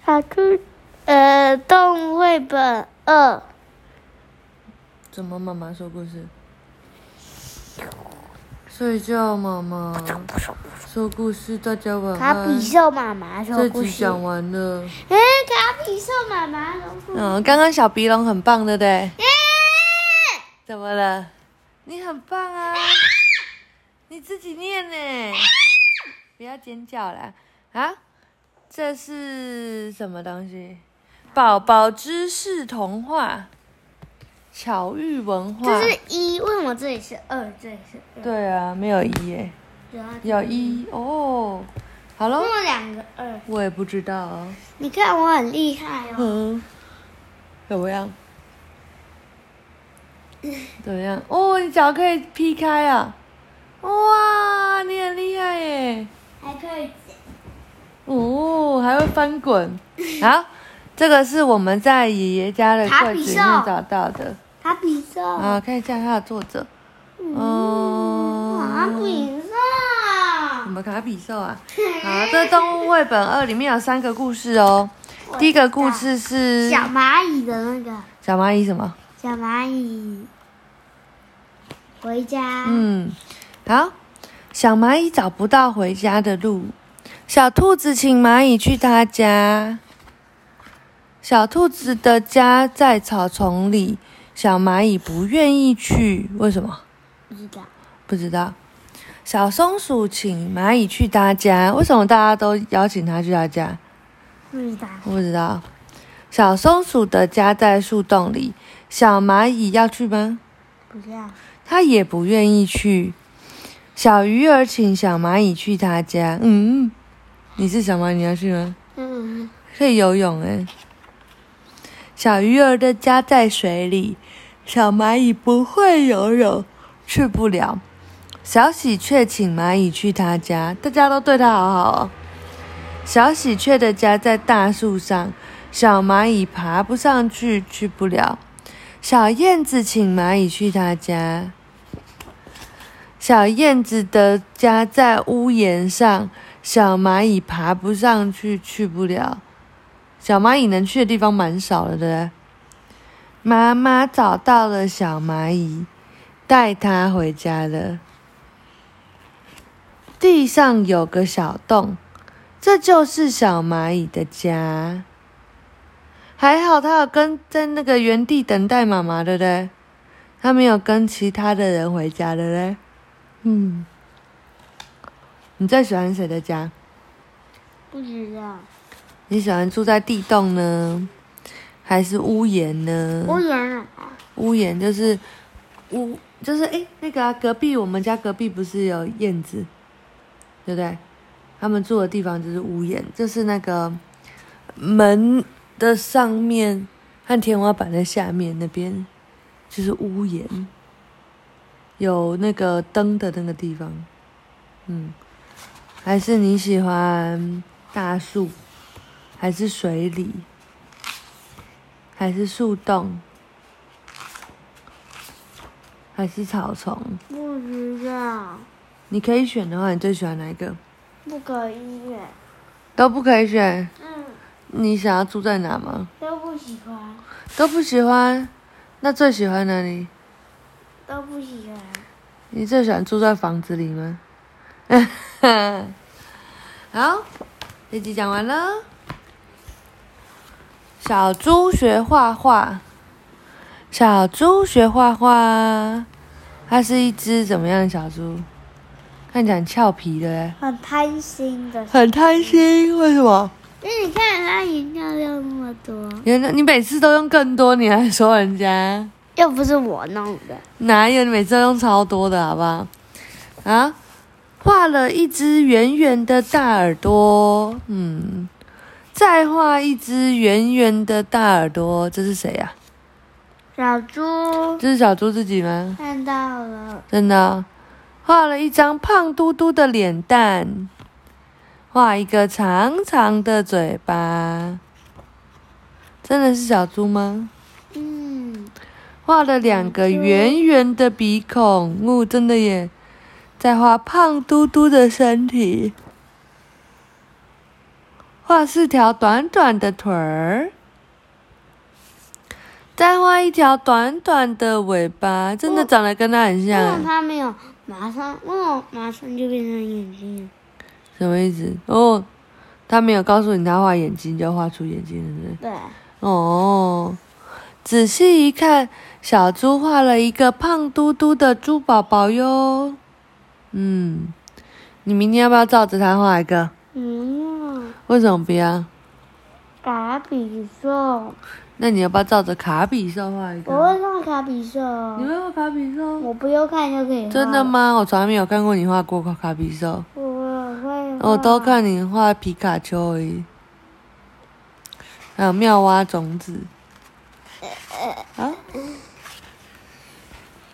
卡通呃动物绘本嗯二，怎么妈妈说故事？睡觉，妈妈说故事，大家晚卡比安。兽妈妈说这故集事。讲完了。哎，卡比兽妈妈说故事。嗯，刚刚小鼻龙很棒，对不对？怎么了？你很棒啊！你自己念呢，不要尖叫啦！啊，这是什么东西？宝宝知识童话，巧遇文化。这是一，为什么这里是二？这里是二，对啊，没有一耶，然后有一哦。好喽为，什么两个二？我也不知道哦。你看我很厉害哦。嗯，怎么样？ 怎么样？哦，你脚可以劈开啊！哇，你很厉害耶！还可以哦，还会翻 滚。好，这个是我们在爷爷家的柜子里面找到的卡比兽，啊，可以叫它的作者。卡嗯，比兽，什么卡比兽啊？好，这《动物绘本二》里面有三个故事哦。第一个故事是小蚂蚁的那个小蚂蚁什么？小蚂蚁回家，嗯，好。小蚂蚁找不到回家的路，小兔子请蚂蚁去它家。小兔子的家在草丛里，小蚂蚁不愿意去，为什么？不知道不知道。小松鼠请蚂蚁去它家，为什么大家都邀请它去它家？不知道，我不知道。小松鼠的家在树洞里，小蚂蚁要去吗？不知道，他也不愿意去。小鱼儿请小蚂蚁去他家。嗯，你是小蚂蚁，你要去吗？嗯，可以游泳哎、小鱼儿的家在水里，小蚂蚁不会游泳，去不了。小喜鹊请蚂蚁去他家，大家都对它好好哦。小喜鹊的家在大树上，小蚂蚁爬不上去，去不了。小燕子请蚂蚁去他家。小燕子的家在屋檐上，小蚂蚁爬不上去，去不了。小蚂蚁能去的地方蛮少的，对不对？妈妈找到了小蚂蚁，带它回家了。地上有个小洞，这就是小蚂蚁的家。还好它有跟在那个原地等待妈妈，对不对？它没有跟其他的人回家，对不对？嗯，你最喜欢谁的家？不知道，你喜欢住在地洞呢，还是屋檐呢？我演了，屋檐就是屋，就是诶，那个、啊、隔壁我们家隔壁不是有燕子，对不对？他们住的地方就是屋檐，就是那个门的上面和天花板的下面那边，就是屋檐，有那个灯的那个地方。嗯，还是你喜欢大树，还是水里，还是树洞？还是草丛？不知道，你可以选的话，你最喜欢哪一个？不可以演，都不可以选。嗯，你想要住在哪吗？都不喜欢，都不喜欢。那最喜欢哪里？都不喜欢，你最喜欢住在房子里吗？ 好，这集讲完了。小猪学画画，小猪学画画，它是一只怎么样的小猪？看起来很俏皮的欸耶，很贪心的，很贪心，为什么？因为你看它饮料量那么多，原来你每次都用更多，你还说人家又不是我弄的，哪有？你每次都用超多的，好不好？啊，画了一只圆圆的大耳朵，嗯，再画一只圆圆的大耳朵，这是谁呀、小猪这是小猪自己吗？看到了，真的哦、画了一张胖嘟嘟的脸蛋，画一个长长的嘴巴，真的是小猪吗？嗯，画了两个圆圆的鼻孔，哦，真的耶！再画胖嘟嘟的身体，画四条短短的腿儿，再画一条短短的尾巴，真的长得跟它很为像什欸么，它没有马上？为什么马上就变成眼睛了？什么意思？哦，他没有告诉你他画眼睛，就画出眼睛了，对不对？对，哦，仔细一看，小猪画了一个胖嘟嘟的猪宝宝哟。嗯，你明天要不要照着它画一个？嗯呀，为什么不要？卡比兽，那你要不要照着卡比兽画一我个？会看卡比兽，你会画卡比兽？我不用看就可以画。真的？吗？我从来没有看过你画过卡卡比兽，我会画。我都看你画皮卡丘而已，还有妙蛙种子。啊，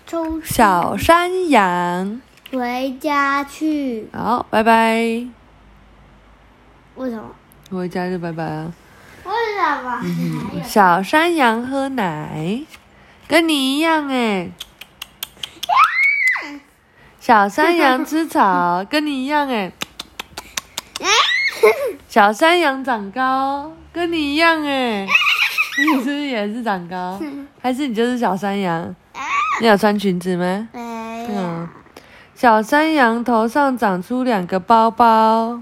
出去小山羊。回家去，好，拜拜。为什么？回家就拜拜啊。为什么？还有小山羊喝奶，跟你一样哎。小山羊吃草，跟你一样哎。小山羊长高，跟你一样哎。你是不是也是长高？还是你就是小山羊？你有穿裙子吗？没有嗯。小山羊头上长出两个包包，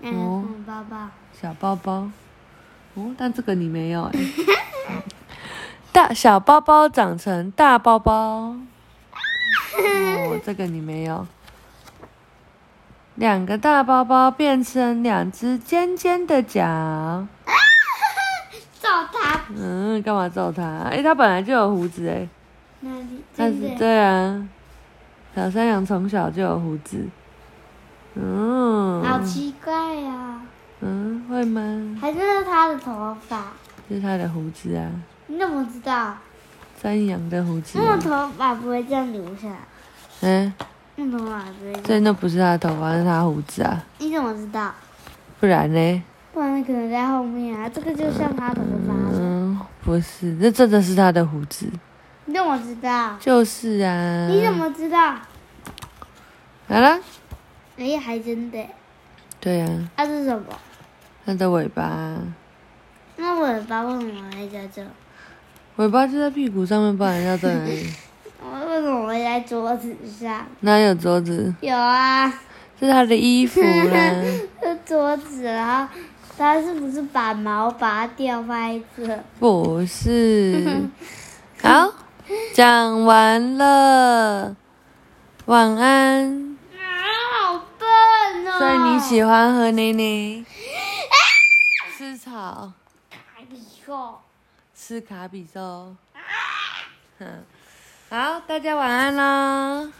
那个哦红包包，小包包。哦，但这个你没有哎、 大小包包长成大包包。哦，这个你没有。两个大包包变成两只尖尖的脚。照他嗯，干嘛揍他？哎、他本来就有胡子哎、那里，但真是的对啊，小山羊从小就有胡子。嗯，好奇怪呀，嗯，会吗？还是他的头发？是他的胡子啊，你怎么知道？山羊的胡子、那啊种。头发不会这样留下，嗯，那种头发不会这样。这那不是他的头发，是他胡子啊，你怎么知道？不然呢？不然可能在后面啊。这个就像他头发，嗯，不是，这真的是他的胡子，你怎么知道？就是啊。你怎么知道？好了？哎，还真的。对啊，它是什么？他的尾巴，那尾巴为什么会在这？尾巴就在屁股上面，不然要在哪里？我为什么会在桌子上？哪有桌子？有啊，是他的衣服啊啦、 这桌子，然后它是不是把毛拔掉放在这？啊不 是。好，讲完了，晚安。啊，好笨哦！所以你喜欢和 奶奶吃草。还比较 吃卡比兽。嗯，好，大家晚安啦。